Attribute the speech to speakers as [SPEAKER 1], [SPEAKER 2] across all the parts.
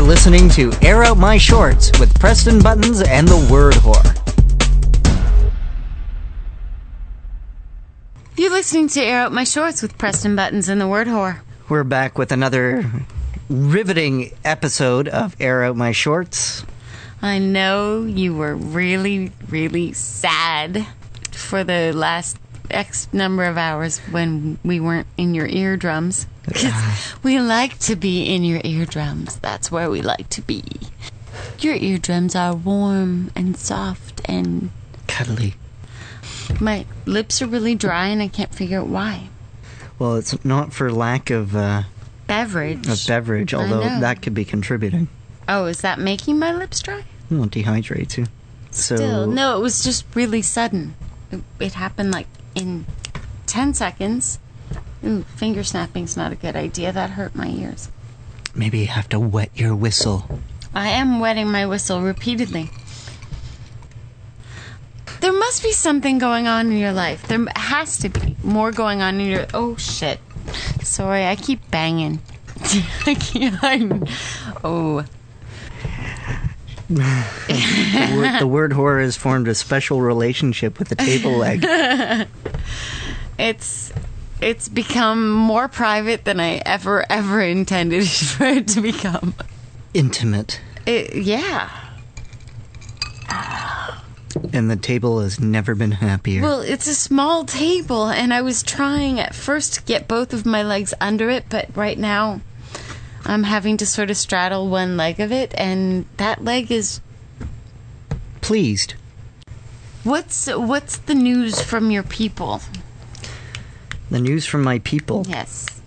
[SPEAKER 1] listening to Air Out My Shorts with Preston Buttons and the Word Whore.
[SPEAKER 2] You're listening to Air Out My Shorts with Preston Buttons and the Word Whore.
[SPEAKER 1] We're back with another riveting episode of Air Out My Shorts.
[SPEAKER 2] I know you were really, really sad for the last X number of hours when we weren't in your eardrums. 'Cause we like to be in your eardrums. That's where we like to be. Your eardrums are warm and soft, and
[SPEAKER 1] Cuddly.
[SPEAKER 2] my lips are really dry, and I can't figure out why.
[SPEAKER 1] Well, it's not for lack of, uh,
[SPEAKER 2] Beverage.
[SPEAKER 1] of beverage,
[SPEAKER 2] I
[SPEAKER 1] although
[SPEAKER 2] know.
[SPEAKER 1] that could be contributing.
[SPEAKER 2] oh, is that making my lips dry?
[SPEAKER 1] It won't dehydrate you. So,
[SPEAKER 2] Still, no, it was just really sudden. It, it happened like in 10 seconds. Ooh, finger snapping's not a good idea. That hurt my ears.
[SPEAKER 1] maybe you have to wet your whistle.
[SPEAKER 2] I am wetting my whistle repeatedly. There must be something going on in your life. There has to be more going on in your. Oh shit! Sorry, I keep banging. I can't. I'm- Oh,
[SPEAKER 1] The word, the word horror has formed a special relationship with the table leg.
[SPEAKER 2] it's it's become more private than I ever ever intended for it to become.
[SPEAKER 1] Intimate.
[SPEAKER 2] It, yeah.
[SPEAKER 1] And the table has never been happier.
[SPEAKER 2] Well, it's a small table, and I was trying at first to get both of my legs under it, but right now I'm having to sort of straddle one leg of it, and that leg is.
[SPEAKER 1] Pleased.
[SPEAKER 2] What's what's the news from your people?
[SPEAKER 1] The news from my people.
[SPEAKER 2] Yes.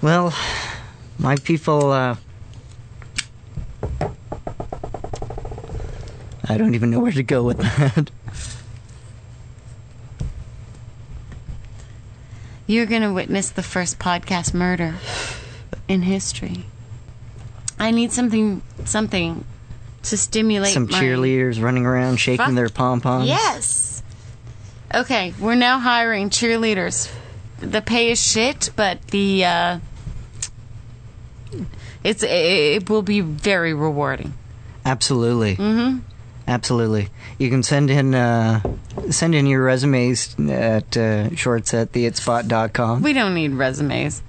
[SPEAKER 1] Well, my people, uh. I don't even know where to go with that.
[SPEAKER 2] You're going to witness the first podcast murder in history. I need something something to stimulate
[SPEAKER 1] Some
[SPEAKER 2] my-
[SPEAKER 1] cheerleaders running around shaking
[SPEAKER 2] Fuck.
[SPEAKER 1] their pom poms.
[SPEAKER 2] Yes. Okay, we're now hiring cheerleaders. The pay is shit, but the uh, it's it, it will be very rewarding.
[SPEAKER 1] Absolutely. Mm-hmm. Absolutely. You can send in uh, send in your resumes at uh, shorts at theitspot.com.
[SPEAKER 2] We don't need resumes.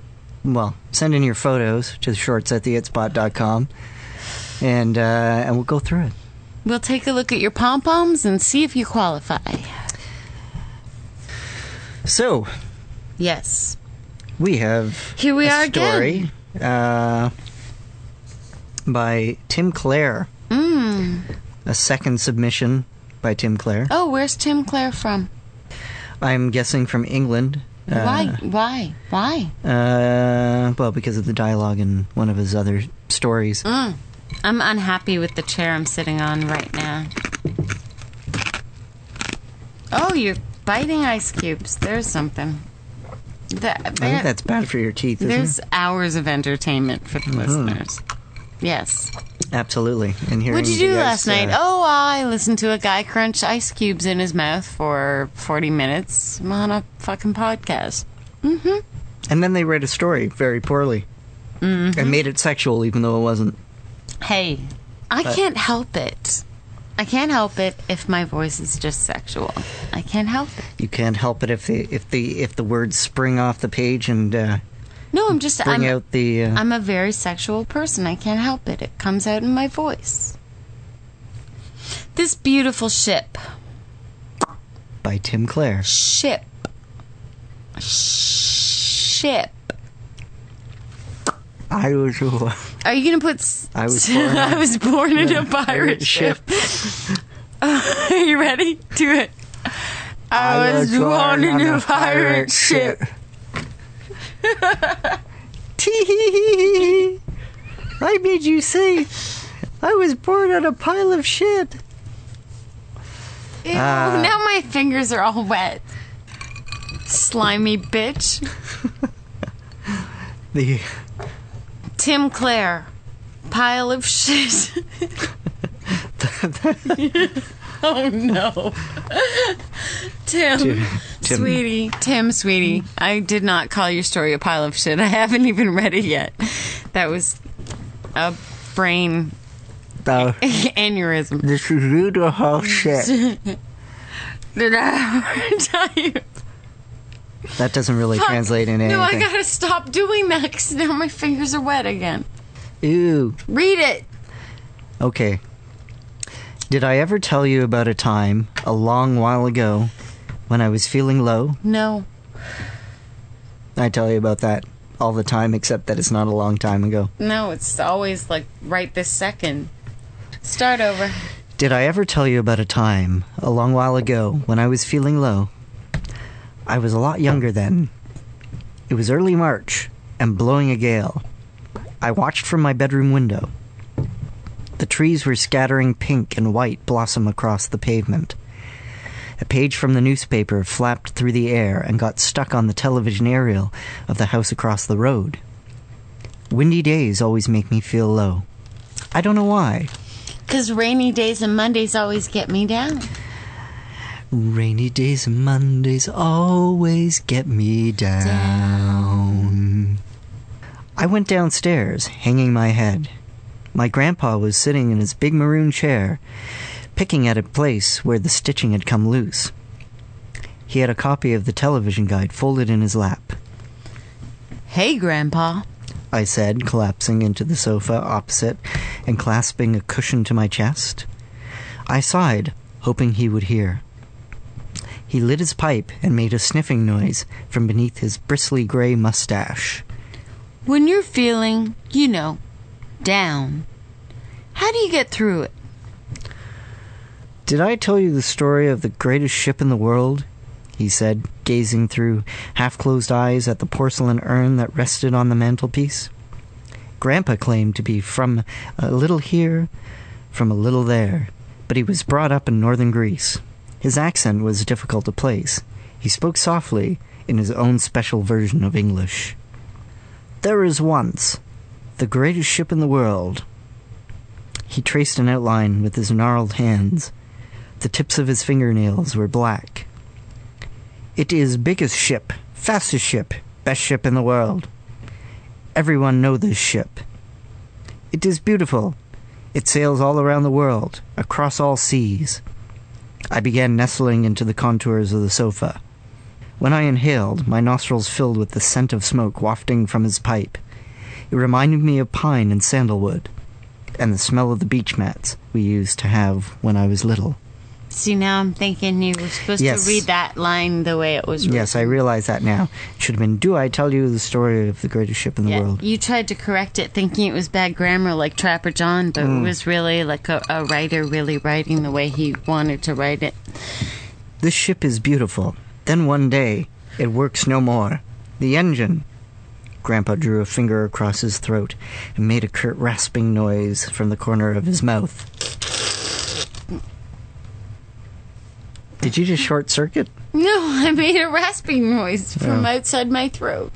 [SPEAKER 1] well, send in your photos to shorts at theitspot.com and uh, and we'll go through it.
[SPEAKER 2] We'll take a look at your pom poms and see if you qualify.
[SPEAKER 1] So
[SPEAKER 2] Yes.
[SPEAKER 1] we have
[SPEAKER 2] Here we
[SPEAKER 1] a
[SPEAKER 2] are
[SPEAKER 1] story uh, by Tim Clare.
[SPEAKER 2] Mm.
[SPEAKER 1] A second submission by Tim Clare.
[SPEAKER 2] Oh, where's Tim Clare from?
[SPEAKER 1] I'm guessing from England. Uh,
[SPEAKER 2] Why? Why? Why?
[SPEAKER 1] Uh, well, because of the dialogue in one of his other stories.
[SPEAKER 2] Oh, I'm unhappy with the chair I'm sitting on right now. Oh, you're biting ice cubes. There's something. That,
[SPEAKER 1] I think that's bad for your teeth, isn't Hmm.
[SPEAKER 2] there's hours of entertainment for the listeners. Yes.
[SPEAKER 1] it? Absolutely. And here
[SPEAKER 2] What'd you do last night?
[SPEAKER 1] uh,
[SPEAKER 2] Oh, I listened to a guy crunch ice cubes in his mouth for 40 minutes on a fucking podcast. Oh.
[SPEAKER 1] And then they read a story very poorly
[SPEAKER 2] Mm-hmm.
[SPEAKER 1] and made it sexual, even though it wasn't.
[SPEAKER 2] Hey, I can't help it. I can't help it if my voice is just sexual. I can't help it.
[SPEAKER 1] You can't help it if the if the if the words spring off the page and uh,
[SPEAKER 2] No, I'm just
[SPEAKER 1] bring
[SPEAKER 2] I'm,
[SPEAKER 1] out the. Uh,
[SPEAKER 2] I'm a very sexual person. I can't help it. It comes out in my voice. This beautiful ship.
[SPEAKER 1] by Tim Clare.
[SPEAKER 2] Ship. Ship.
[SPEAKER 1] I was
[SPEAKER 2] Are you going to put. s-
[SPEAKER 1] I was born
[SPEAKER 2] I
[SPEAKER 1] on-
[SPEAKER 2] was born in a pirate ship. Are you ready? Do it. I, was born in a pirate ship.
[SPEAKER 1] Tee I made you say I was born on a pile of shit.
[SPEAKER 2] Ew,
[SPEAKER 1] Ah.
[SPEAKER 2] now my fingers are all wet. Slimy bitch.
[SPEAKER 1] The
[SPEAKER 2] Tim Clare. Pile of shit. oh no. Tim,
[SPEAKER 1] Tim.
[SPEAKER 2] sweetie, Tim, sweetie, I did not call your story a pile of shit. I haven't even read it yet. That was a brain
[SPEAKER 1] Uh,
[SPEAKER 2] aneurysm.
[SPEAKER 1] this is you the whole shit.
[SPEAKER 2] Did I ever tell you?
[SPEAKER 1] That doesn't really translate into
[SPEAKER 2] No, I
[SPEAKER 1] anything.
[SPEAKER 2] gotta stop doing that because now my fingers are wet again.
[SPEAKER 1] Ew.
[SPEAKER 2] Read it.
[SPEAKER 1] Okay. Did I ever tell you about a time a long while ago when I was feeling low?
[SPEAKER 2] No.
[SPEAKER 1] I tell you about that all the time, except that it's not a long time ago.
[SPEAKER 2] No, it's always like right this second. Start over.
[SPEAKER 1] Did I ever tell you about a time a long while ago when I was feeling low? I was a lot younger then. It was early March and blowing a gale. I watched from my bedroom window. The trees were scattering pink and white blossom across the pavement. A page from the newspaper flapped through the air and got stuck on the television aerial of the house across the road. Windy days always make me feel low. I don't know why.
[SPEAKER 2] Because rainy days and Mondays always get me down.
[SPEAKER 1] Rainy days and Mondays always get me down. I went downstairs, hanging my head. My grandpa was sitting in his big maroon chair, picking at a place where the stitching had come loose. He had a copy of the television guide folded in his lap.
[SPEAKER 2] Hey, Grandpa.
[SPEAKER 1] I said, collapsing into the sofa opposite and clasping a cushion to my chest. I sighed, hoping he would hear. He lit his pipe and made a sniffing noise from beneath his bristly gray mustache.
[SPEAKER 2] When you're feeling, you know, down, how do you get through it?
[SPEAKER 1] Did I tell you the story of the greatest ship in the world? He said, gazing through half closed eyes at the porcelain urn that rested on the mantelpiece. Grandpa claimed to be from a little here, from a little there, but he was brought up in northern Greece. His accent was difficult to place. He spoke softly in his own special version of English. There is once the greatest ship in the world, he traced an outline with his gnarled hands. The tips of his fingernails were black. It is biggest ship, fastest ship, best ship in the world. Everyone know this ship. It is beautiful. It sails all around the world, across all seas. I began nestling into the contours of the sofa. When I inhaled, my nostrils filled with the scent of smoke wafting from his pipe. It reminded me of pine and sandalwood and the smell of the beach mats we used to have when I was little.
[SPEAKER 2] See, now I'm thinking you were supposed
[SPEAKER 1] Yes.
[SPEAKER 2] to read that line the way it was
[SPEAKER 1] Yes, I realize that now. It should have been, Do I tell you the story of the greatest ship in the
[SPEAKER 2] Yeah,
[SPEAKER 1] world?
[SPEAKER 2] You tried to correct it thinking it was bad grammar like Trapper John, but
[SPEAKER 1] Hmm.
[SPEAKER 2] it was really like a, a writer really writing the way he wanted to write it.
[SPEAKER 1] This ship is beautiful. Then one day, it works no more. The engine. Grandpa drew a finger across his throat and made a curt rasping noise from the corner of his mouth. Did you just short circuit?
[SPEAKER 2] No, I made a rasping noise from outside my throat.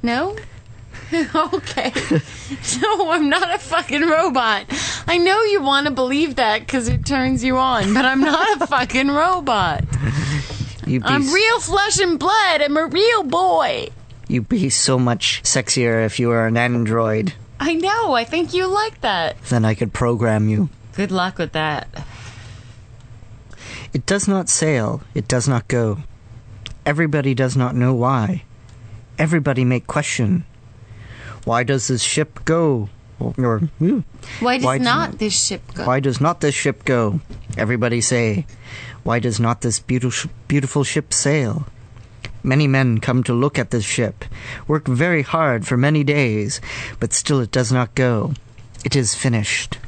[SPEAKER 2] no? okay. No, I'm not a fucking robot. I know you want to believe that because it turns you on, but I'm not a fucking robot.
[SPEAKER 1] You'd be,
[SPEAKER 2] I'm
[SPEAKER 1] s-
[SPEAKER 2] real flesh and blood. I'm a real boy.
[SPEAKER 1] You'd be so much sexier if you were an android.
[SPEAKER 2] I know. I think you like that.
[SPEAKER 1] Then I could program you.
[SPEAKER 2] Good luck with that.
[SPEAKER 1] It does not sail, it does not go. Everybody does not know why. Everybody may question. Why does this ship go? Or "Hmm,
[SPEAKER 2] Why does
[SPEAKER 1] Why does
[SPEAKER 2] not this ship go?
[SPEAKER 1] why does not this ship go? Everybody say, why does not this beautiful beautiful ship sail? Many men come to look at this ship, work very hard for many days, but still it does not go. It is finished.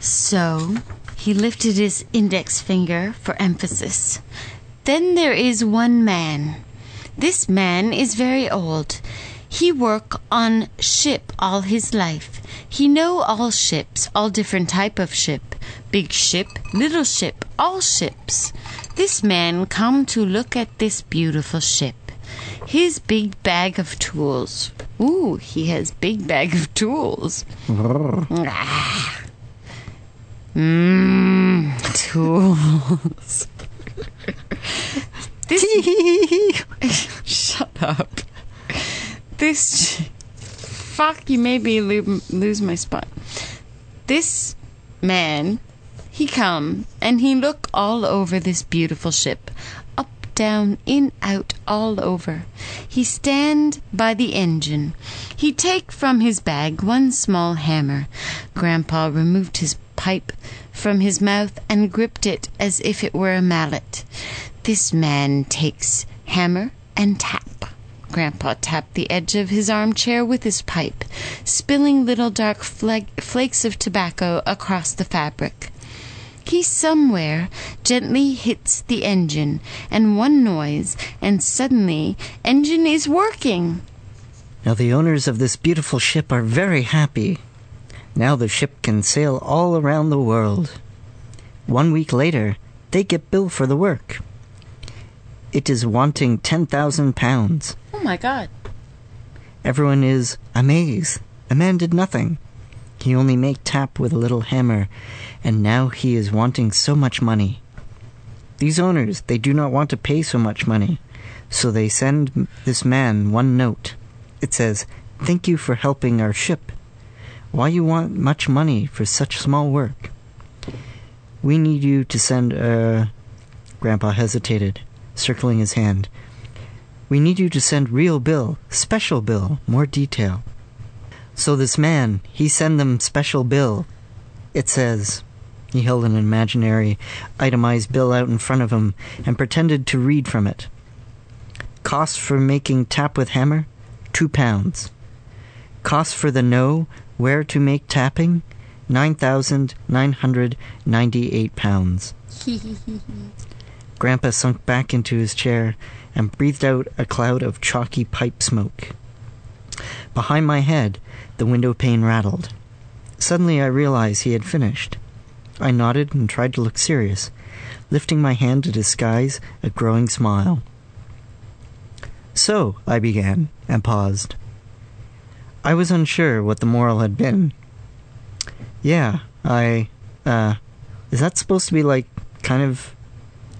[SPEAKER 2] So he lifted his index finger for emphasis. Then there is one man. This man is very old. He work on ship all his life. He know all ships, all different type of ship, big ship, little ship, all ships. This man come to look at this beautiful ship. His big bag of tools. Ooh, he has big bag of tools. Ah. Mmm, tools. this, shut up. This. ch- Fuck, you made me lo- lose my spot. This man, he come and he look all over this beautiful ship, up, down, in, out, all over. He stand by the engine. He take from his bag one small hammer. Grandpa removed his pipe from his mouth and gripped it as if it were a mallet. This man takes hammer and tap. Grandpa tapped the edge of his armchair with his pipe, spilling little dark flag- flakes of tobacco across the fabric. He somewhere gently hits the engine, and one noise, and suddenly, engine is working.
[SPEAKER 1] Now, the owners of this beautiful ship are very happy. Now the ship can sail all around the world. One week later, they get bill for the work. It is wanting 10,000 pounds.
[SPEAKER 2] Oh my god.
[SPEAKER 1] Everyone is amazed. The man did nothing. He only make tap with a little hammer, and now he is wanting so much money. These owners, they do not want to pay so much money, so they send m- this man one note. It says, Thank you for helping our ship. Why you want much money for such small work? We need you to send Uh... Grandpa hesitated, circling his hand. We need you to send real bill, special bill, more detail. So this man, he send them special bill. It says, he held an imaginary, itemized bill out in front of him and pretended to read from it. Cost for making tap with hammer, two pounds. Cost for the know where to make tapping, nine thousand nine hundred ninety-eight pounds. Grandpa sunk back into his chair and breathed out a cloud of chalky pipe smoke. Behind my head, the window pane rattled. Suddenly, I realized he had finished. I nodded and tried to look serious, lifting my hand to disguise a growing smile. So, I began and paused. I was unsure what the moral had been. Yeah, I. Uh. Is that supposed to be like kind of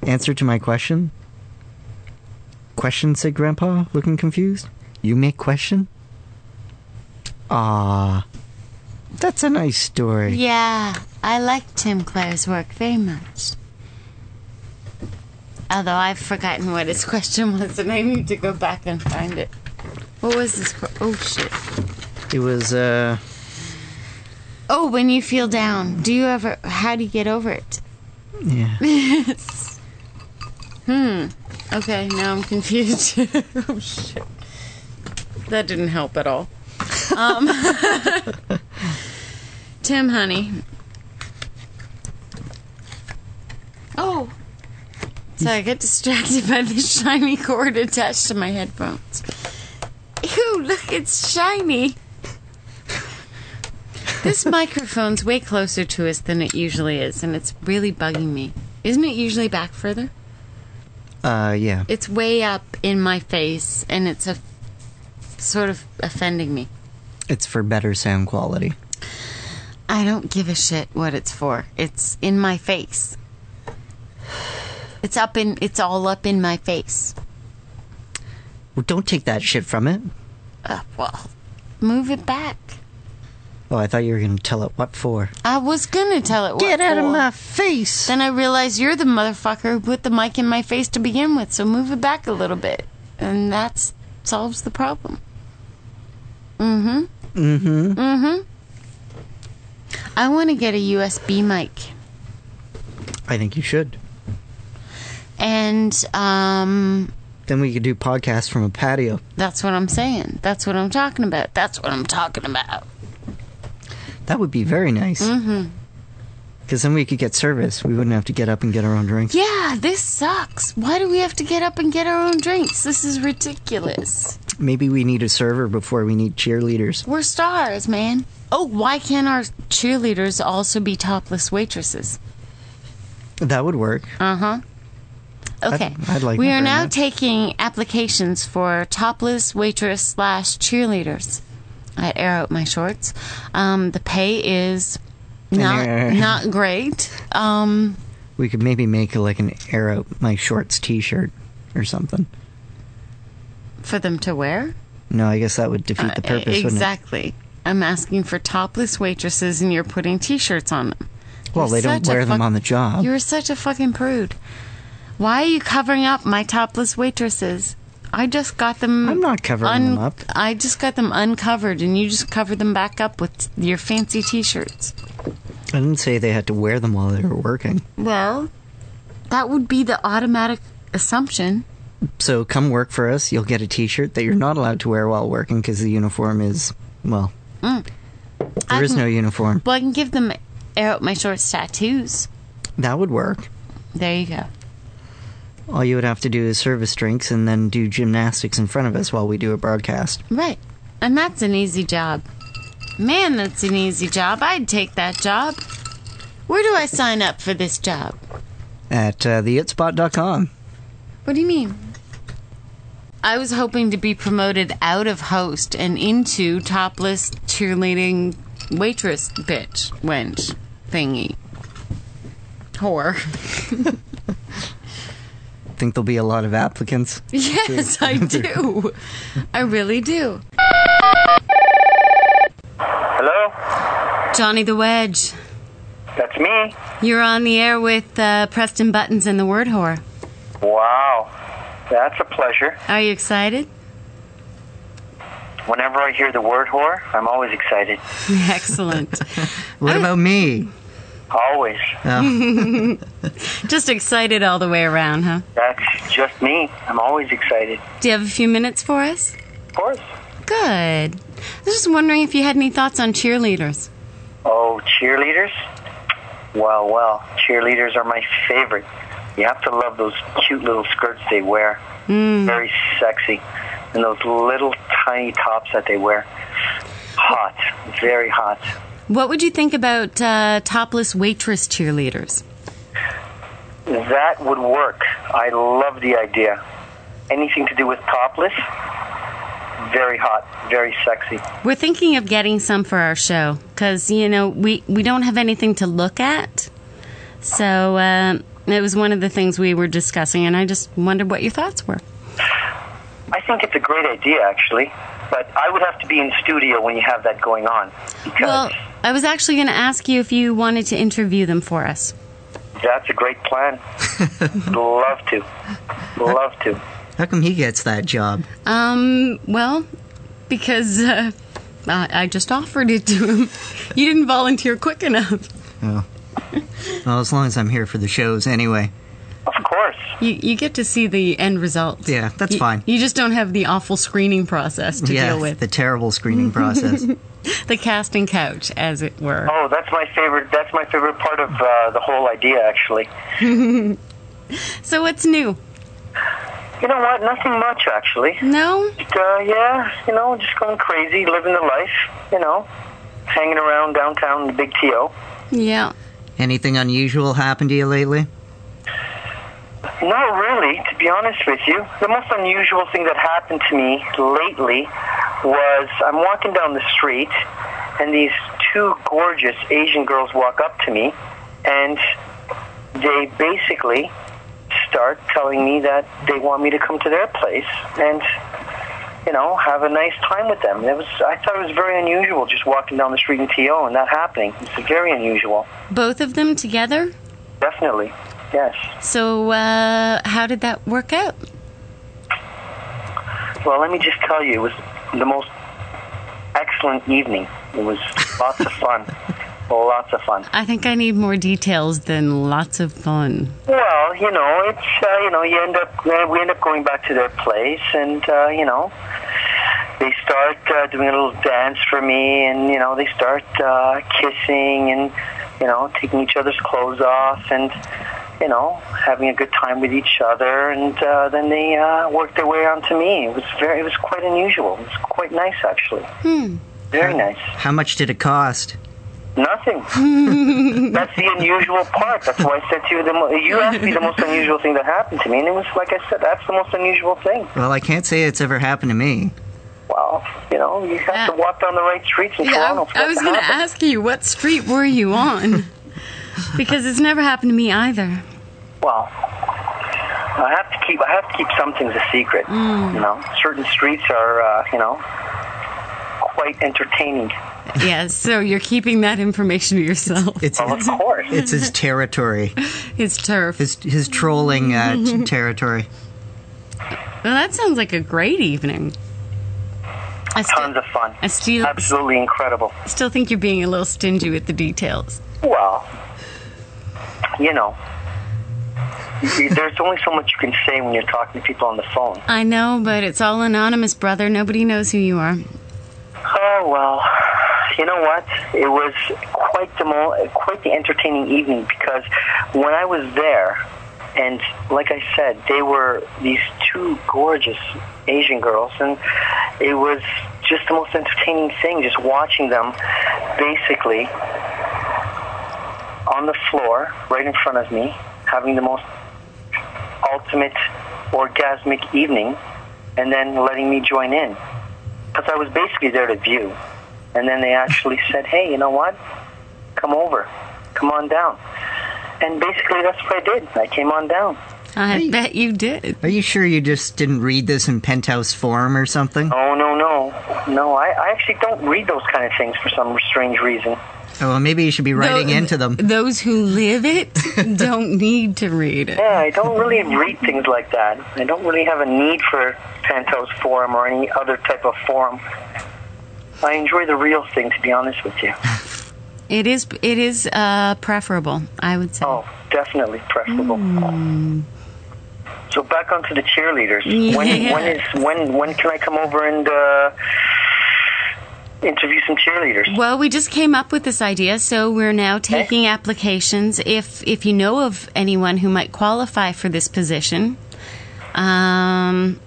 [SPEAKER 1] answer to my question? Question, said Grandpa, looking confused. You make question? Ah, that's a nice story.
[SPEAKER 2] Yeah, I like Tim Clare's work very much. Although I've forgotten what his question was, and I need to go back and find it. What was this? que- Oh shit!
[SPEAKER 1] It was, uh,
[SPEAKER 2] Oh, when you feel down, do you ever? How do you get over it?
[SPEAKER 1] yeah.
[SPEAKER 2] Hmm. Okay, now I'm confused. oh shit! That didn't help at all. Um, Tim, honey. Oh. So I get distracted by this shiny cord attached to my headphones. Ew, look, it's shiny. this microphone's way closer to us than it usually is, and it's really bugging me. Isn't it usually back further?
[SPEAKER 1] Uh, yeah.
[SPEAKER 2] It's way up in my face, and it's a, sort of offending me.
[SPEAKER 1] It's for better sound quality.
[SPEAKER 2] I don't give a shit what it's for. It's in my face. It's up in. It's all up in my face.
[SPEAKER 1] Well, don't take that shit from it.
[SPEAKER 2] Uh, well, move it back.
[SPEAKER 1] Oh, I thought you were gonna tell it what for.
[SPEAKER 2] I was gonna tell it. What for.
[SPEAKER 1] face!
[SPEAKER 2] Then I realized you're the motherfucker who put the mic in my face to begin with. So move it back a little bit, and that solves the problem. Mm-hmm.
[SPEAKER 1] Mm-hmm.
[SPEAKER 2] Mm-hmm. I want to get a USB mic,
[SPEAKER 1] I think you should.
[SPEAKER 2] and um,
[SPEAKER 1] Then we could do podcasts from a patio.
[SPEAKER 2] that's what I'm saying. That's what I'm talking about. That's what I'm talking about.
[SPEAKER 1] That would be very nice. Mm-hmm. Because then we could get service. We wouldn't have to get up and get our own drinks.
[SPEAKER 2] Yeah, this sucks. Why do we have to get up and get our own drinks? This is ridiculous.
[SPEAKER 1] Maybe we need a server before we need cheerleaders.
[SPEAKER 2] We're stars, man. Oh, why can't our cheerleaders also be topless waitresses?
[SPEAKER 1] That would work.
[SPEAKER 2] Uh huh. Okay.
[SPEAKER 1] I'd like
[SPEAKER 2] we
[SPEAKER 1] that
[SPEAKER 2] are
[SPEAKER 1] very
[SPEAKER 2] now
[SPEAKER 1] much.
[SPEAKER 2] taking applications for topless waitress slash cheerleaders. I air out my shorts. Um, the pay is
[SPEAKER 1] air.
[SPEAKER 2] not not great. Um,
[SPEAKER 1] We could maybe make like an air out my shorts t shirt or something.
[SPEAKER 2] for them to wear.
[SPEAKER 1] No, I guess that would defeat the purpose,
[SPEAKER 2] Uh,
[SPEAKER 1] wouldn't it?
[SPEAKER 2] exactly. I'm asking for topless waitresses, and you're putting T-shirts on them.
[SPEAKER 1] Well,
[SPEAKER 2] You're
[SPEAKER 1] they don't
[SPEAKER 2] such a
[SPEAKER 1] wear them
[SPEAKER 2] fuck-
[SPEAKER 1] on the job.
[SPEAKER 2] You're such a fucking prude. Why are you covering up my topless waitresses? I just got them.
[SPEAKER 1] I'm not covering them up.
[SPEAKER 2] I just got them uncovered, and you just covered them back up with your fancy T-shirts.
[SPEAKER 1] I didn't say they had to wear them while they were working.
[SPEAKER 2] Well, that would be the automatic assumption.
[SPEAKER 1] So come work for us. You'll get a T-shirt that you're not allowed to wear while working because the uniform is well,
[SPEAKER 2] Mm.
[SPEAKER 1] there is no uniform.
[SPEAKER 2] Well, I can give them air out my shorts tattoos.
[SPEAKER 1] That would work.
[SPEAKER 2] There you go.
[SPEAKER 1] All you would have to do is service drinks and then do gymnastics in front of us while we do a broadcast.
[SPEAKER 2] Right. And that's an easy job. Man, that's an easy job. I'd take that job. Where do I sign up for this job?
[SPEAKER 1] at uh, theitspot.com.
[SPEAKER 2] What do you mean? I was hoping to be promoted out of host and into topless cheerleading waitress bitch wench thingy. Whore.
[SPEAKER 1] Think there'll be a lot of applicants.
[SPEAKER 2] Yes, I do. I really do.
[SPEAKER 3] Hello?
[SPEAKER 2] Johnny the Wedge,
[SPEAKER 3] That's me.
[SPEAKER 2] you're on the air with uh, Preston Buttons and the Word Whore.
[SPEAKER 3] Wow. That's a pleasure.
[SPEAKER 2] Are you excited?
[SPEAKER 3] Whenever I hear the word whore, I'm always excited.
[SPEAKER 2] Excellent.
[SPEAKER 1] What about me?
[SPEAKER 3] Always.
[SPEAKER 2] Just excited all the way around, huh?
[SPEAKER 3] That's just me. I'm always excited.
[SPEAKER 2] Do you have a few minutes for us?
[SPEAKER 3] Of course.
[SPEAKER 2] Good. I was just wondering if you had any thoughts on cheerleaders.
[SPEAKER 3] Oh, cheerleaders? Well, well, cheerleaders are my favorite. You have to love those cute little skirts they wear. Very sexy. And those little tiny tops that they wear. Hot. Very hot.
[SPEAKER 2] What would you think about uh, topless waitress cheerleaders?
[SPEAKER 3] That would work. I love the idea. Anything to do with topless? Very hot, very sexy.
[SPEAKER 2] We're thinking of getting some for our show because, you know, we, we don't have anything to look at. So uh, it was one of the things we were discussing, and I just wondered what your thoughts were.
[SPEAKER 3] I think it's a great idea, actually. But I would have to be in studio when you have that going on. Because
[SPEAKER 2] Well, I was actually going to ask you if you wanted to interview them for us.
[SPEAKER 3] that's a great plan. love to. Love to.
[SPEAKER 1] How come he gets that job?
[SPEAKER 2] Um, well, because uh, I, I just offered it to him. You didn't volunteer quick enough.
[SPEAKER 1] Oh. Well, as long as I'm here for the shows anyway.
[SPEAKER 3] Of course.
[SPEAKER 2] You, you get to see the end result.
[SPEAKER 1] Yeah, that's
[SPEAKER 2] You-
[SPEAKER 1] fine.
[SPEAKER 2] You just don't have the awful screening process to
[SPEAKER 1] yeah,
[SPEAKER 2] deal with.
[SPEAKER 1] the terrible screening process.
[SPEAKER 2] The casting couch, as it were.
[SPEAKER 3] Oh, that's my favorite. That's my favorite part of uh, the whole idea, actually.
[SPEAKER 2] So what's new?
[SPEAKER 3] You know what? Nothing much, actually.
[SPEAKER 2] No?
[SPEAKER 3] Just, uh, yeah, you know, just going crazy, living the life. You know, hanging around downtown, the big TO.
[SPEAKER 2] Yeah.
[SPEAKER 1] Anything unusual happened to you lately?
[SPEAKER 3] Not really, to be honest with you. The most unusual thing that happened to me lately was I'm walking down the street and these two gorgeous Asian girls walk up to me and they basically start telling me that they want me to come to their place and you know have a nice time with them. And it was I thought it was very unusual just walking down the street in TO and that happening. It's very unusual.
[SPEAKER 2] Both of them together?
[SPEAKER 3] Definitely. Yes.
[SPEAKER 2] So uh, how did that work out?
[SPEAKER 3] Well, let me just tell you, it was the most excellent evening. It was lots of fun. lots of fun.
[SPEAKER 2] I think I need more details than lots of fun.
[SPEAKER 3] Well, you know, it's uh, you know, you end up we end up going back to their place, and uh, you know, they start uh, doing a little dance for me, and you know, they start uh, kissing and you know, taking each other's clothes off, and you know, having a good time with each other, and uh, then they uh, worked their way onto me. It was very, it was quite unusual. It was quite nice, actually. Hmm. Very nice.
[SPEAKER 1] How much did it cost?
[SPEAKER 3] Nothing. That's the unusual part. That's why I said to you, the mo- you asked me the most unusual thing that happened to me, and it was like I said, that's the most unusual thing.
[SPEAKER 1] Well, I can't say it's ever happened to me.
[SPEAKER 3] Well, you know, you have to walk down the right streets in Toronto. for
[SPEAKER 2] I,
[SPEAKER 3] that
[SPEAKER 2] was
[SPEAKER 3] to
[SPEAKER 2] going to
[SPEAKER 3] happen.
[SPEAKER 2] ask you, what street were you on? because it's never happened to me either.
[SPEAKER 3] Well, I have to keep I have to keep some things a secret.
[SPEAKER 2] Hmm.
[SPEAKER 3] You know, certain streets are uh, you know quite entertaining.
[SPEAKER 2] yeah, so you're keeping that information to yourself.
[SPEAKER 1] It's
[SPEAKER 3] Well, of course.
[SPEAKER 1] it's his territory,
[SPEAKER 2] It's turf.
[SPEAKER 1] his his trolling uh, t- territory.
[SPEAKER 2] Well, that sounds like a great evening. I still,
[SPEAKER 3] Tons of fun.
[SPEAKER 2] I still,
[SPEAKER 3] Absolutely incredible.
[SPEAKER 2] still think you're being a little stingy with the details.
[SPEAKER 3] Well, you know, y- there's only so much you can say when you're talking to people on the phone.
[SPEAKER 2] I know, but it's all anonymous, brother. Nobody knows who you are.
[SPEAKER 3] Oh well, you know what? It was quite the mo- quite the entertaining evening because when I was there, and like I said, they were these two gorgeous Asian girls, and it was just the most entertaining thing. Just watching them, basically on the floor right in front of me, having the most ultimate orgasmic evening, and then letting me join in because I was basically there to view. And then they actually said, "Hey, you know what? Come over, come on down." And basically, that's what I did. I came on down.
[SPEAKER 2] I
[SPEAKER 1] Hey.
[SPEAKER 2] bet you did.
[SPEAKER 1] Are you sure you just didn't read this in penthouse form or something?
[SPEAKER 3] Oh no, no, no! I, I actually don't read those kind of things for some strange reason.
[SPEAKER 1] Oh, well, maybe you should be writing
[SPEAKER 2] Tho-
[SPEAKER 1] into them.
[SPEAKER 2] Those who live it don't need to read it.
[SPEAKER 3] Yeah, I don't really read things like that. I don't really have a need for Pantos Forum or any other type of forum. I enjoy the real thing, to be honest with you.
[SPEAKER 2] It is it is uh, preferable, I would say.
[SPEAKER 3] Oh, definitely preferable. So back onto the cheerleaders. When
[SPEAKER 2] Yeah.
[SPEAKER 3] when is when when can I come over and uh, interview some cheerleaders?
[SPEAKER 2] Well, we just came up with this idea, so we're now taking applications. If if you know of anyone who might qualify for this position, um,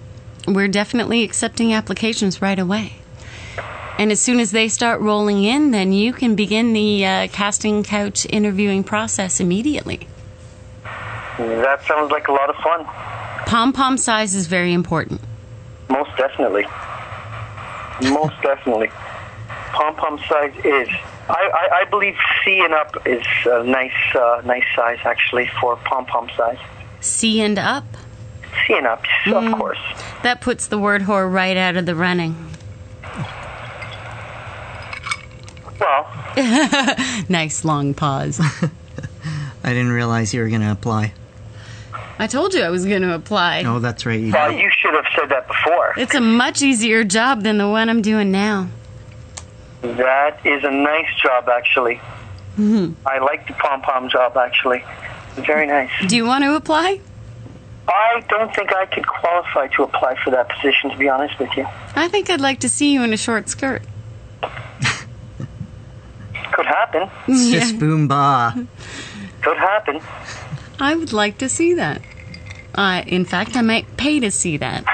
[SPEAKER 2] we're definitely accepting applications right away. And as soon as they start rolling in, then you can begin the uh, casting couch interviewing process immediately.
[SPEAKER 3] That sounds like a lot of fun.
[SPEAKER 2] Pom pom size is very important.
[SPEAKER 3] Most definitely. Most definitely. Pom pom size is. I, I, I believe C and up is a nice uh, nice size actually for pom pom size.
[SPEAKER 2] C and up.
[SPEAKER 3] C and up, of course.
[SPEAKER 2] That puts the word whore right out of the running.
[SPEAKER 3] Well, uh,
[SPEAKER 2] Nice long pause.
[SPEAKER 1] I didn't realize you were going to apply.
[SPEAKER 2] I told you I was going to apply.
[SPEAKER 1] Oh, that's right. You
[SPEAKER 3] well,
[SPEAKER 1] did.
[SPEAKER 3] you should have said that before.
[SPEAKER 2] It's a much easier job than the one I'm doing now.
[SPEAKER 3] That is a nice job, actually.
[SPEAKER 2] Mm-hmm.
[SPEAKER 3] I like the pom pom job, actually. Very nice.
[SPEAKER 2] Do you want to apply?
[SPEAKER 3] I don't think I could qualify to apply for that position, to be honest with you.
[SPEAKER 2] I think I'd like to see you in a short skirt.
[SPEAKER 3] Could happen.
[SPEAKER 1] It's just boom ba.
[SPEAKER 3] Could happen.
[SPEAKER 2] I would like to see that. Uh, in fact, I might pay to see that.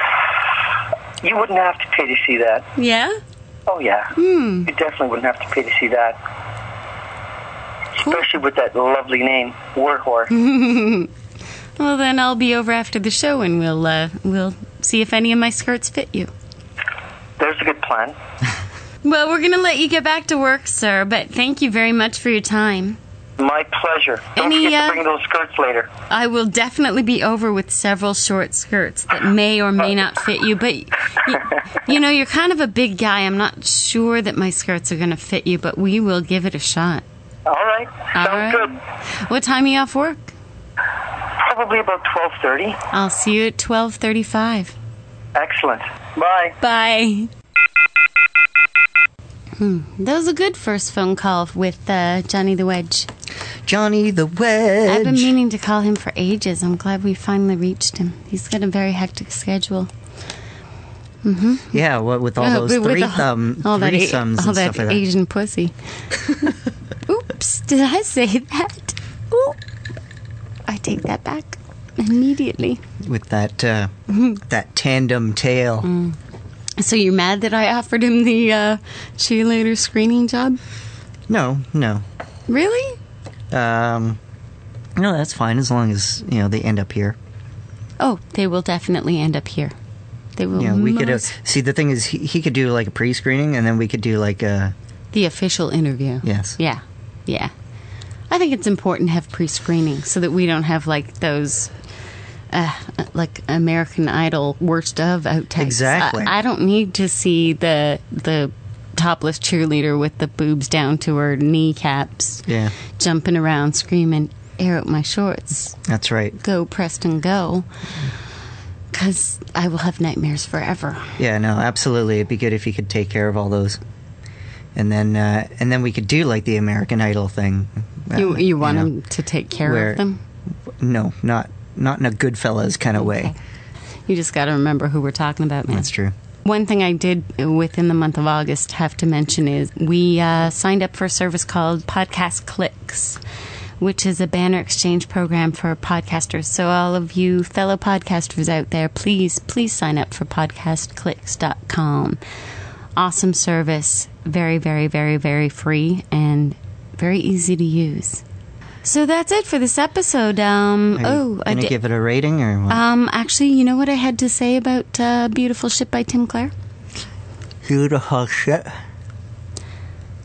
[SPEAKER 3] You wouldn't have to pay to see that.
[SPEAKER 2] Yeah?
[SPEAKER 3] Oh, yeah.
[SPEAKER 2] Hmm.
[SPEAKER 3] You definitely wouldn't have to pay to see that.
[SPEAKER 2] Cool. Mm-hmm.
[SPEAKER 3] Especially with that lovely name, Warhor.
[SPEAKER 2] Well, then I'll be over after the show and we'll uh, we'll see if any of my skirts fit you.
[SPEAKER 3] There's a good plan.
[SPEAKER 2] Well, we're going to let you get back to work, sir, but thank you very much for your time.
[SPEAKER 3] My pleasure. Don't
[SPEAKER 2] Any,
[SPEAKER 3] forget
[SPEAKER 2] uh,
[SPEAKER 3] to bring those skirts later.
[SPEAKER 2] I will definitely be over with several short skirts that may or may not fit you, but you, you know, you're kind of a big guy. I'm not sure that my skirts are going to fit you, but we will give it a shot.
[SPEAKER 3] All right.
[SPEAKER 2] All
[SPEAKER 3] Sounds
[SPEAKER 2] right.
[SPEAKER 3] good.
[SPEAKER 2] What time are you off work?
[SPEAKER 3] Probably about 12.30.
[SPEAKER 2] I'll see you at 12:35.
[SPEAKER 3] Excellent. Bye.
[SPEAKER 2] Bye. Hmm, that was a good first phone call with uh, Johnny the Wedge.
[SPEAKER 1] Johnny the Wedge.
[SPEAKER 2] I've been meaning to call him for ages. I'm glad we finally reached him. He's got a very hectic schedule.
[SPEAKER 1] yeah, what with all
[SPEAKER 2] Uh,
[SPEAKER 1] those
[SPEAKER 2] but with
[SPEAKER 1] three
[SPEAKER 2] all-
[SPEAKER 1] thumb,
[SPEAKER 2] all that,
[SPEAKER 1] threesomes
[SPEAKER 2] A-
[SPEAKER 1] and
[SPEAKER 2] all
[SPEAKER 1] stuff
[SPEAKER 2] that
[SPEAKER 1] like that.
[SPEAKER 2] Asian pussy. Oops, did I say that? Ooh. I take that back immediately.
[SPEAKER 1] With that uh,
[SPEAKER 2] Mm-hmm.
[SPEAKER 1] that tandem tail.
[SPEAKER 2] Mm. So you're mad that I offered him the uh, cheerleader screening job?
[SPEAKER 1] No, no.
[SPEAKER 2] Really?
[SPEAKER 1] Um, no, that's fine as long as you know they end up here.
[SPEAKER 2] Oh, they will definitely end up here. They will.
[SPEAKER 1] You know, we could uh,
[SPEAKER 2] most-
[SPEAKER 1] see the thing is he, he could do like a pre-screening and then we could do like uh, a
[SPEAKER 2] the official interview.
[SPEAKER 1] yes.
[SPEAKER 2] Yeah, yeah. I think it's important to have pre-screening so that we don't have like those uh, like American Idol worst of outtakes.
[SPEAKER 1] Exactly.
[SPEAKER 2] I, I don't need to see the the topless cheerleader with the boobs down to her kneecaps,
[SPEAKER 1] Yeah,
[SPEAKER 2] jumping around, screaming, "Air out my shorts!
[SPEAKER 1] that's right.
[SPEAKER 2] Go Preston, go!"
[SPEAKER 1] Mm-hmm.
[SPEAKER 2] Because I will have nightmares forever.
[SPEAKER 1] Yeah, no, absolutely. It'd be good if you could take care of all those, and then uh, and then we could do like the American Idol thing. Uh,
[SPEAKER 2] You you want
[SPEAKER 1] know,
[SPEAKER 2] them to take care
[SPEAKER 1] where-
[SPEAKER 2] of them?
[SPEAKER 1] No, not not in a Goodfellas kind of way.
[SPEAKER 2] Okay. You just got to remember who we're talking about, man.
[SPEAKER 1] That's true.
[SPEAKER 2] One thing I did within the month of August have to mention is we uh, signed up for a service called Podcast Clicks, which is a banner exchange program for podcasters. So, all of you fellow podcasters out there, please, please sign up for podcastclicks.com. Awesome service, very, very, very, very free and very easy to use. So that's it for this episode. Um,
[SPEAKER 1] Are you
[SPEAKER 2] oh, I
[SPEAKER 1] gonna
[SPEAKER 2] did.
[SPEAKER 1] give it a rating or what?
[SPEAKER 2] um, actually, you know what I had to say about uh, "Beautiful Ship" by Tim Clare?
[SPEAKER 1] beautiful ship.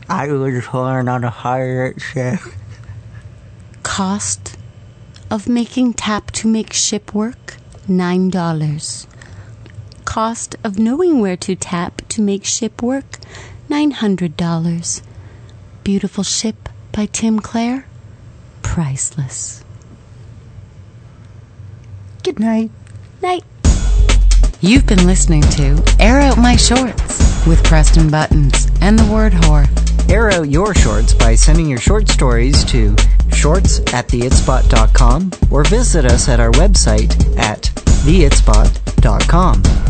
[SPEAKER 1] I was born on a pirate ship.
[SPEAKER 2] cost of making tap to make ship work nine dollars cost of knowing where to tap to make ship work nine hundred dollars beautiful ship by tim clare priceless
[SPEAKER 1] Good night.
[SPEAKER 2] night you've been listening to air out my shorts with preston buttons and the word whore
[SPEAKER 1] Air out your shorts by sending your short stories to shorts at theitspot.com or visit us at our website at theitspot.com.